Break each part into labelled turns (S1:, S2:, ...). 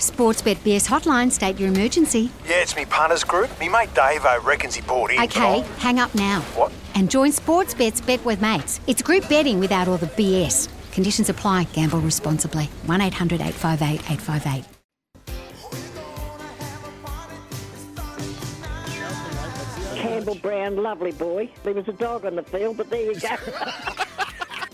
S1: Sportsbet BS hotline, state your emergency.
S2: Yeah, it's me partner's group. Me mate Dave I reckons he bought in.
S1: Okay,
S2: but
S1: hang up now.
S2: What?
S1: And join Sportsbet's Bet with Mates. It's group betting without all the BS. Conditions apply. Gamble responsibly. 1 800 858 858.
S3: Campbell Brown, lovely boy. There was a dog on the field, but there you go.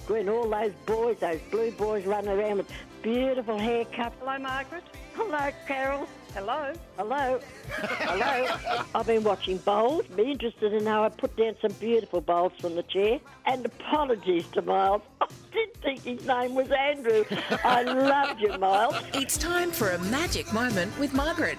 S3: when all those boys, those blue boys, running around with beautiful haircuts.
S4: Hello, Margaret.
S3: Hello, Carol.
S4: Hello.
S3: Hello. Hello. I've been watching bowls. Be interested in how I put down some beautiful bowls from the chair. And apologies to Miles. I did think his name was Andrew. I loved you, Miles.
S5: It's time for a magic moment with Margaret.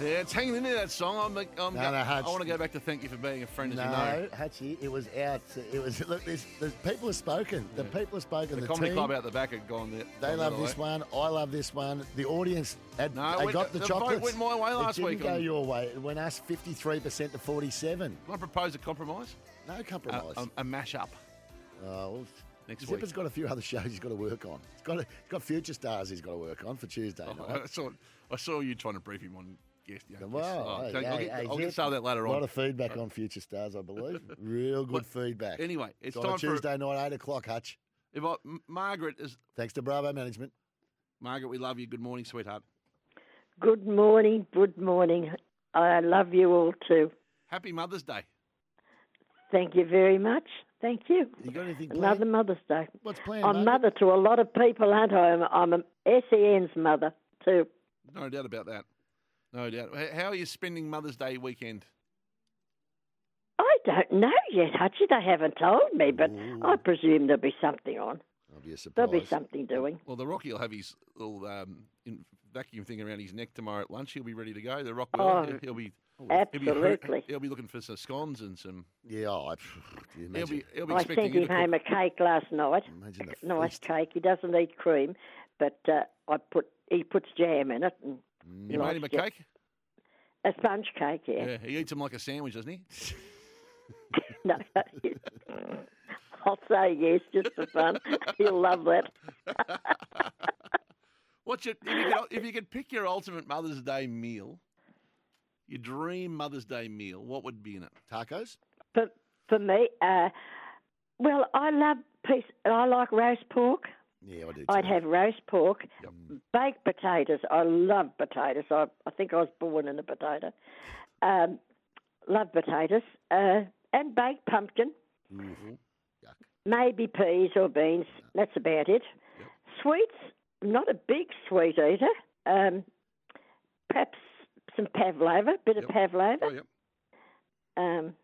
S6: Yeah, it's hanging in there, that song. I'm, I'm
S7: No,
S6: go-
S7: no, Hutch.
S6: I want to go back to thank you for being a friend, as
S7: No,
S6: you know.
S7: Hutchie, it was out. It was look. This, the people have spoken. The people have spoken.
S6: The,
S7: The,
S6: comedy
S7: team,
S6: club out the back had gone there.
S7: They
S6: gone
S7: love
S6: the
S7: this
S6: way.
S7: one. I love this one. The audience had.
S6: No, it
S7: they
S6: went-
S7: got
S6: the
S7: the,
S6: vote
S7: chocolates.
S6: went my way last
S7: it didn't
S6: week
S7: Go
S6: on-
S7: your way. It went us fifty-three percent to forty-seven.
S6: Can I propose a compromise?
S7: No
S6: A,
S7: compromise.
S6: a, a mash-up.
S7: oh, well,
S6: um, next
S7: Zipper's
S6: week.
S7: got a few other shows he's got to work on. He's got, a, he's got future stars he's got to work on for Tuesday night.
S6: I, saw, I saw you trying to brief him on yes. yeah, yes.
S7: Wow.
S6: Oh,
S7: hey,
S6: thank- I'll
S7: hey,
S6: get,
S7: hey,
S6: I'll get
S7: Zip,
S6: some of that later
S7: A lot
S6: on.
S7: of feedback on Future Stars, I believe. Real good
S6: But
S7: feedback.
S6: anyway, it's
S7: on a
S6: time for-
S7: Tuesday night, 8 o'clock, Hutch.
S6: If I, M- Margaret is
S7: Thanks to Bravo Management.
S6: Margaret, we love you. Good morning, sweetheart.
S3: Good morning. Good morning. I love you all too.
S6: Happy Mother's Day.
S3: Thank you very much. Thank you.
S7: You got anything planned?
S3: Another Mother's Day.
S7: What's planned,
S3: I'm
S7: Margaret?
S3: mother to a lot of people, aren't I? I'm, I'm a SEN's mother too.
S6: No doubt about that. No doubt. H- How are you spending Mother's Day weekend?
S3: I don't know yet, Hutchie. They haven't told me, but I presume there'll be something on.
S7: That'll be a surprise.
S3: There'll be something doing.
S6: Well, the Rocky will have his little um, in vacuum thing around his neck tomorrow at lunch. He'll be ready to go. The Rock will.
S3: Oh,
S6: he'll, he'll be he'll be,
S3: Absolutely.
S6: he'll be looking for some scones and some.
S7: Yeah, oh, I, do you
S6: He'll
S7: imagine?
S6: be he'll be
S3: I
S6: expecting
S3: sent
S6: you
S3: him
S6: to cook.
S3: home a cake last night.
S7: Imagine the
S3: nice
S7: feast.
S3: cake. He doesn't eat cream, but uh, I put he puts jam in it and
S6: You made him a
S3: likes it.
S6: cake.
S3: a sponge cake. Yeah.
S6: Yeah, he eats them like a sandwich, doesn't he?
S3: No. I'll say yes just for fun. He'll love that.
S6: What's your if you could, if you could pick your ultimate Mother's Day meal, your dream Mother's Day meal, what would be in it?
S7: Tacos?
S3: for for me, uh, well, I love piece. I like roast pork.
S7: Yeah, I do.
S3: I'd
S7: too.
S3: have roast pork, baked potatoes. I love potatoes. I I think I was born in a potato. Um, love potatoes uh, and baked pumpkin. Maybe peas or beans. That's about it. Sweets. I'm not a big sweet eater. Um, perhaps some pavlova, bit of pavlova.
S6: Oh, yep.
S3: Um,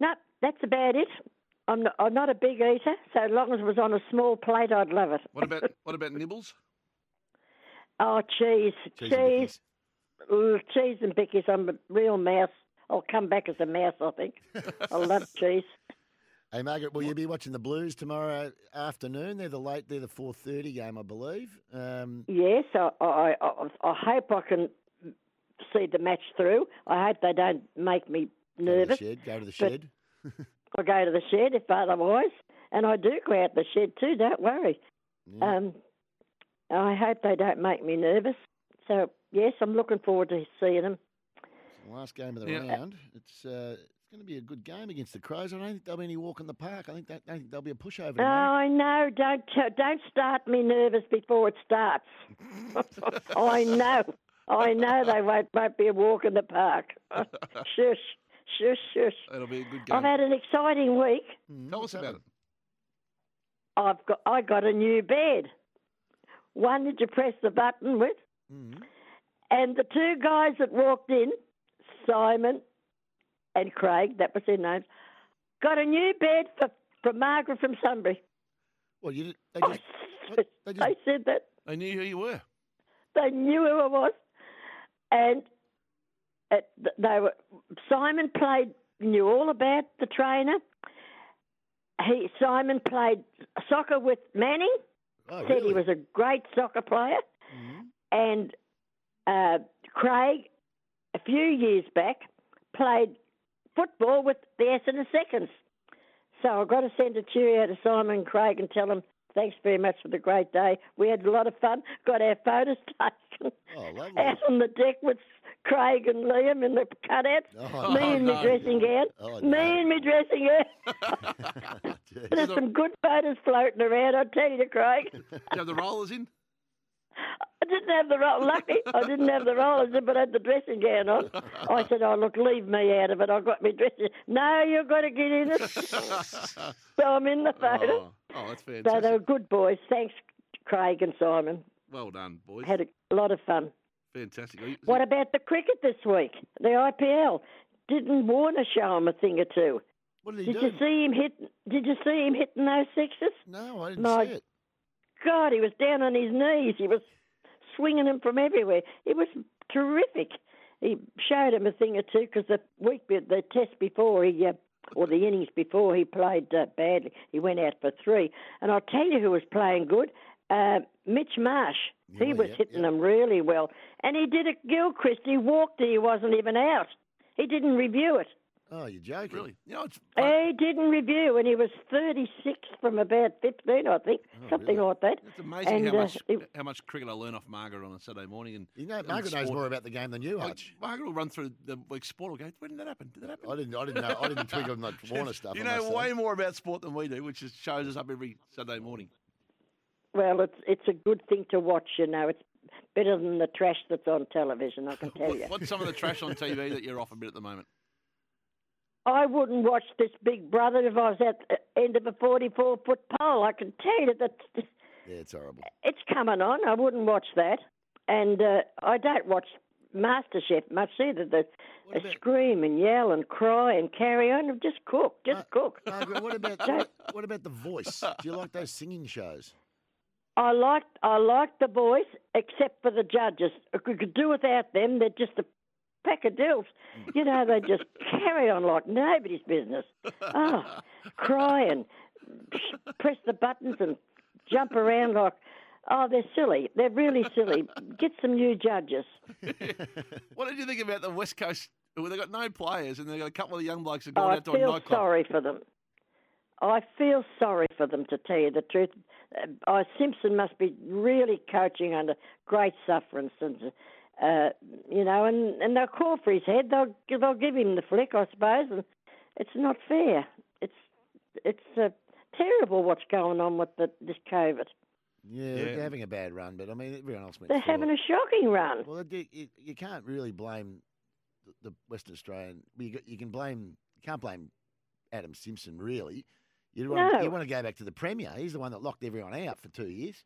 S3: no, that's about it. I'm not, I'm not a big eater, so as long as it was on a small plate, I'd love it.
S6: What about what about nibbles?
S3: Oh, cheese,
S7: Cheese and
S3: cheese, Ooh, cheese and bickies. I'm a real mouse. I'll come back as a mouse, I think. I love cheese.
S7: Hey, Margaret, will you be watching the Blues tomorrow afternoon? They're the late, they're the 4.30 game, I believe. Um,
S3: Yes, I, I, I, I hope I can see the match through. I hope they don't make me
S7: go to the
S3: nervous.
S7: shed. Go to the shed.
S3: I go to the shed if otherwise, and I do go out the shed too. Don't worry. Um, I hope they don't make me nervous. So yes, I'm looking forward to seeing them.
S7: Last game of the
S6: Yeah.
S7: round. It's uh, it's going to be a good game against the Crows. I don't think there'll be any walk in the park. I think that I think there'll be a pushover.
S3: Oh,
S7: tomorrow.
S3: I know. Don't t- don't start me nervous before it starts. I know. I know they won't won't be a walk in the park. shush, shush, shush.
S6: It'll be a good
S3: I've
S6: game.
S3: had an exciting week.
S6: Tell us about it.
S3: I've got I got a new bed. One that you press the button with,
S7: Mm.
S3: and the two guys that walked in, Simon and Craig, that was their names, got a new bed for, for Margaret from Sunbury.
S7: Well, you did, they
S3: I
S7: just What? They just-
S3: they said that.
S6: They knew who you were.
S3: They knew who I was, and it, they were. Simon played knew all about the trainer. He Simon played soccer with Manning. said
S7: Oh, really? Mm-hmm.
S3: he was a great soccer player, and uh, Craig a few years back played football with the Essendon Seconds. So I've got to send a cheerio to Simon and Craig and tell them thanks very much for the great day. We had a lot of fun, got our photos taken
S7: Oh, lovely.
S3: out on the deck with Craig and Liam in the cutouts.
S7: Oh,
S3: me in my
S6: no.
S3: dressing gown.
S7: Oh,
S3: me
S7: no.
S3: in my dressing gown.
S7: Jeez.
S3: There's some good photos floating around, I tell you, Craig.
S6: Did you have the rollers in?
S3: I didn't have the roll. Lucky, I didn't have the rollers, in, but I had the dressing gown on. I said, "Oh look, leave me out of it. I've got my dressing." No, you've got to get in it. so I'm in the photo.
S6: Oh, oh, that's fantastic.
S3: so they were good boys. Thanks, Craig and Simon.
S6: Well done, boys.
S3: Had a lot of fun.
S6: Fantastic. Are you-
S3: What about the cricket this week? The IPL. Didn't Warner show him a thing or two?
S7: What did he
S3: Did
S7: do?
S3: you see him hit? Did you see him hitting those sixes?
S7: No, I didn't
S3: No,
S7: see it.
S3: God, he was down on his knees. He was swinging him from everywhere. It was terrific. He showed him a thing or two because the week, be- the test before he, uh, or the innings before he played uh, badly. He went out for three. And I'll tell you who was playing good. Uh, Mitch Marsh. he
S7: Yeah,
S3: was
S7: yeah,
S3: hitting
S7: yeah.
S3: them really well. And he did it Gilchrist. He walked and he wasn't even out. He didn't review it.
S7: Oh, you're joking.
S6: really? You know, it's
S3: He didn't review, and he was 36 from about 15, I think, something like that.
S6: Oh, It's amazing
S3: And,
S6: how
S3: uh,
S6: much
S3: it-
S6: how much cricket I learn off Margaret on a Saturday morning. And
S7: You know,
S6: and
S7: Margaret knows
S6: sport.
S7: more about the game than you,
S6: Like,
S7: Hutch.
S6: Margaret will run through the week's sport. Will go, when did that happen? Did that happen?
S7: I didn't. I didn't know. I didn't twig on the Warner stuff.
S6: You
S7: I must
S6: know
S7: say.
S6: way more about sport than we do, which is, shows us up every Saturday morning.
S3: Well, it's it's a good thing to watch, you know. It's better than the trash that's on television, I can tell you.
S6: What, what's some of the trash on TV that you're off a bit at the moment?
S3: I wouldn't watch this Big Brother if I was at the end of a 44 foot pole. I can tell you that
S7: Yeah, it's horrible.
S3: it's coming on. I wouldn't watch that, and uh, I don't watch MasterChef much either. They, they scream and yell and cry and carry on. Just cook,
S6: Uh,
S3: just cook.
S7: Margaret, what about what, what about the voice? Do you like those singing shows?
S3: I liked I liked the voice, except for the judges. If We could do without them. They're just a pack of dills. You know, they just carry on like nobody's business. Oh, crying, press the buttons and jump around like. Oh, they're silly. They're really silly. Get some new judges.
S6: What did you think about the West Coast? Well, they've got no players, and they've got a couple of the young blokes that have
S3: Oh,
S6: gone
S3: I
S6: out to a
S3: feel
S6: nightclub.
S3: sorry for them. I feel sorry for them, to tell you the truth. Uh, oh, Simpson must be really coaching under great suffering, Simpson. Uh, you know, and, and they'll call for his head. They'll they'll give him the flick, I suppose. And it's not fair. It's it's uh, terrible what's going on with the, this COVID.
S7: Yeah, they're having a bad run, but I mean, everyone else went.
S3: They're
S7: through
S3: having a
S7: it.
S3: shocking run.
S7: Well, it, it, you- you can't really blame the, the Western Australian. You, got- you can blame. You can't blame Adam Simpson really. You want,
S3: No.
S7: you want to go back to the Premier. He's the one that locked everyone out for two years.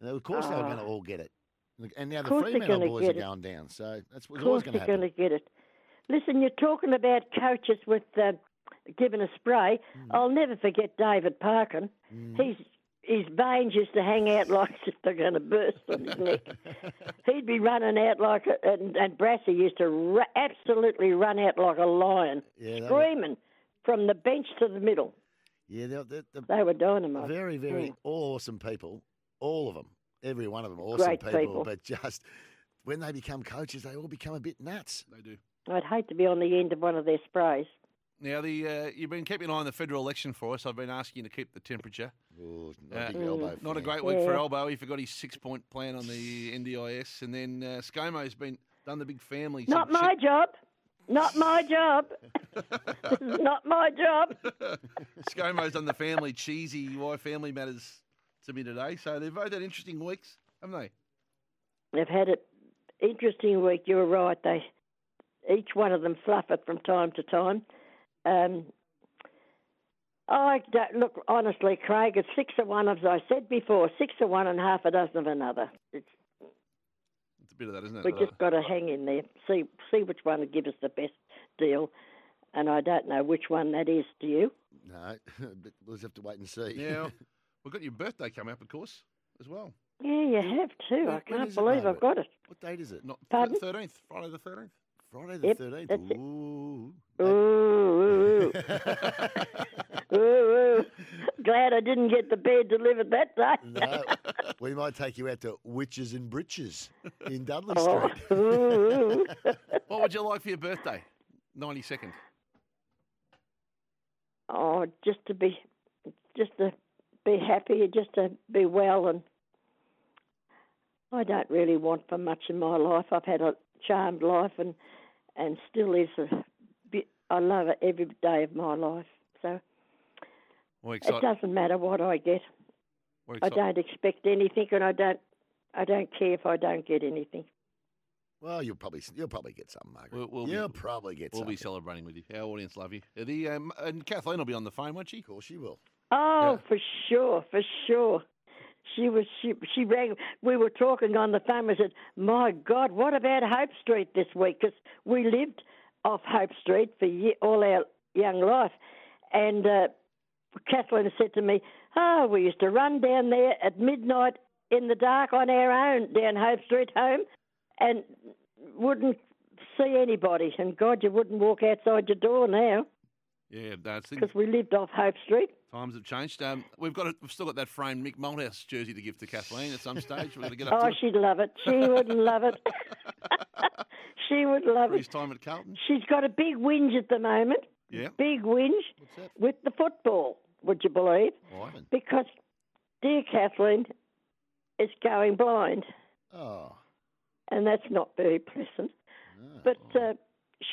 S7: And of course, they were going to
S3: Ah.
S7: all get it. Look, And now the
S3: Course they're
S7: Fremantle
S3: gonna
S7: boys are
S3: get it.
S7: going down. So that's
S3: Of
S7: what's always
S3: course,
S7: going to
S3: you're
S7: happen.
S3: going to get it. Listen, you're talking about coaches with uh, given a spray.
S7: Mm.
S3: I'll never forget David Parkin. He's his veins used to hang out like as if they're going to burst on his neck. He'd be running out like, a, and, and Brassy used to ru- absolutely run out like a lion,
S7: Yeah, they were,
S3: screaming from the bench to the middle.
S7: yeah, they're, they're, they're
S3: They were dynamite.
S7: very, very
S3: Mm.
S7: all awesome people. All of them, every one of them, awesome
S3: Great people.
S7: But just when they become coaches, they all become a bit nuts.
S6: They do.
S3: I'd hate to be on the end of one of their sprays.
S6: Now, the uh, you've been keeping an eye on the federal election for us. I've been asking you to keep the temperature.
S7: Ooh, not
S6: Yeah.
S7: a big elbow. for
S6: Not a
S7: me.
S6: great week for
S3: Mm. Yeah.
S6: Elbow. He forgot his six-point plan on the NDIS, and then uh, ScoMo's been done the big family.
S3: Not
S6: some shit.
S3: my job. Not my job. This is not my job.
S6: ScoMo's done the family cheesy why family matters to me today. So they've both had interesting weeks, haven't they?
S3: They've had an interesting week. You were right. They each one of them fluff it from time to time. Um, I don't, look honestly, Craig. It's six of one, as I said before, six of one and half a dozen of another. It's,
S6: It's a bit of that, isn't it?
S3: we
S7: Uh.
S3: just got to hang in there, see see which one will give us the best deal, and I don't know which one that is. Do you?
S7: No, but we'll just have to wait and see.
S6: uh, Now, we've got your birthday coming up, of course, as well.
S3: Yeah, you have too.
S7: When-
S3: I
S7: when
S3: can't
S7: is it,
S3: believe
S7: Margaret?
S3: I've got it.
S7: What date is it?
S6: Not
S3: Pardon?
S6: thirteenth, Friday the thirteenth.
S7: Friday the
S3: Yep,
S7: thirteenth.
S3: that's it.
S7: Ooh.
S3: Ooh, ooh, ooh, ooh, ooh. Glad I didn't get the bed delivered that day.
S7: No, uh, we might take you out to Witches and Britches in Dudley
S3: Oh,
S7: Street.
S3: ooh, ooh.
S6: What would you like for your birthday? Ninety second.
S3: oh, just to be, just to be happy, and just to be well, and I don't really want for much in my life. I've had a charmed life, and and still is a bit. I love it every day of my life. So
S6: We're
S3: it
S6: excited.
S3: doesn't matter what I get.
S6: We're
S3: I
S6: excited.
S3: don't expect anything, and I don't. I don't care if I don't get anything.
S7: Well, you'll probably you'll probably get something, Margaret.
S6: We'll- we'll be-
S7: you'll probably get
S6: We'll
S7: something.
S6: be celebrating with you. Our audience love you. The um, and Kathleen will be on the phone, won't she?
S7: Of course, you will.
S3: Oh,
S6: Yeah.
S3: for sure, for sure. She was she she rang. We were talking on the phone. I said, "My God, what about Hope Street this week? 'Cause we lived off Hope Street for ye- all our young life." And uh, Kathleen said to me, "Oh, we used to run down there at midnight in the dark on our own down Hope Street home, and wouldn't see anybody. And God, you wouldn't walk outside your door now
S6: Yeah, that's it.
S3: 'cause we lived off Hope Street."
S6: Times have changed. Um, we've got a, we've still got that framed Mick Malthouse jersey to give to Kathleen at some stage. We're going to get up
S3: Oh,
S6: to
S3: she'd love it. She would love it. she would
S6: it
S3: love
S6: for his
S3: it.
S6: time at Carlton.
S3: She's got a big whinge at the moment.
S6: Yeah.
S3: Big whinge
S7: What's that?
S3: with the football, would you believe?
S6: Why?
S3: Because dear Kathleen is going blind,
S7: Oh,
S3: and that's not very pleasant.
S6: Ah,
S7: no.
S3: But
S6: oh.
S3: uh,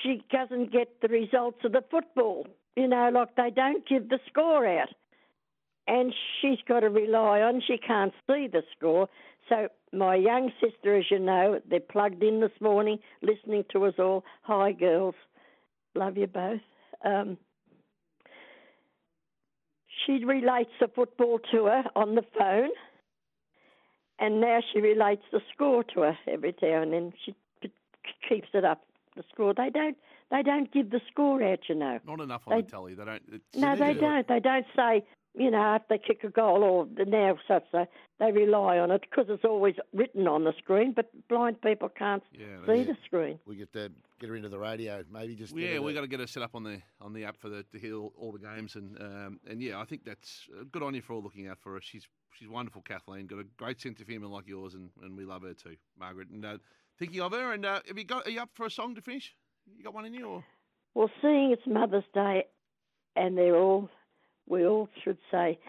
S3: she doesn't get the results of the football. You know, like they don't give the score out. And she's got to rely on, she can't see the score. So, my young sister, as you know, they're plugged in this morning, listening to us all. Hi, girls. Love you both. Um, she relates the football to her on the phone, and now she relates the score to her every now and then. She p- keeps it up. The score they don't they don't give the score out, you know.
S6: Not enough on the
S3: They-
S6: telly. They don't. It's,
S3: No, they don't. They don't say, you know, if they kick a goal or the now such so they rely on it because it's always written on the screen. But blind people can't
S6: Yeah,
S3: see
S6: that's-
S3: the screen.
S7: we get to get her into the radio. Maybe just get her
S6: yeah,
S7: to-
S6: we got to get her set up on the on the app for the to hear all, all the games and um, and yeah, I think that's uh, good on you for all looking out for her. She's she's wonderful, Kathleen. Got a great sense of humour like yours, and, and we love her too, Margaret. And uh, thinking of her, and uh, have you got are you up for a song to finish? You got one in you? Or?
S3: Well, seeing it's Mother's Day, and they're all, we all should say,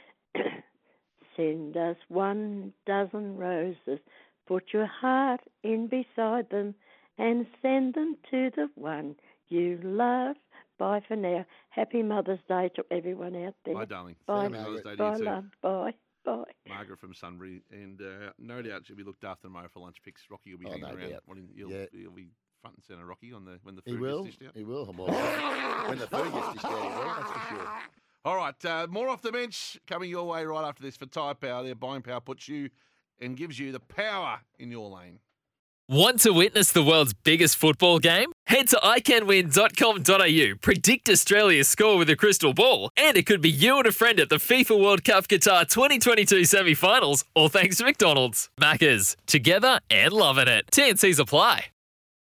S3: send us one dozen roses, put your heart in beside them, and send them to the one you love. Bye for now. Happy Mother's Day to everyone out there.
S6: Bye, darling.
S3: Bye,
S6: Happy Mother's Day to
S3: Bye,
S6: you too.
S3: love. Bye. Bye.
S6: Margaret from Sunbury, and uh, no doubt she'll be looked after tomorrow for lunch picks. Rocky will be
S7: Oh,
S6: hanging
S7: no
S6: around.
S7: doubt.
S6: Wanting, you'll,
S7: Yeah.
S6: you'll be front and centre, Rocky, on the when the
S7: He
S6: food
S7: will.
S6: gets dished out.
S7: He will. Well, when the food gets dished out, he will. That's for sure.
S6: All right, uh, more off the bench coming your way right after this for Tyre Power. Their buying power puts you and gives you the power in your lane.
S4: Want to witness the world's biggest football game? Head to iCanWin.com.au, predict Australia's score with a crystal ball, and it could be you and a friend at the FIFA World Cup Qatar 2022 semi finals, all thanks to McDonald's. Maccas, together and loving it. TNCs apply.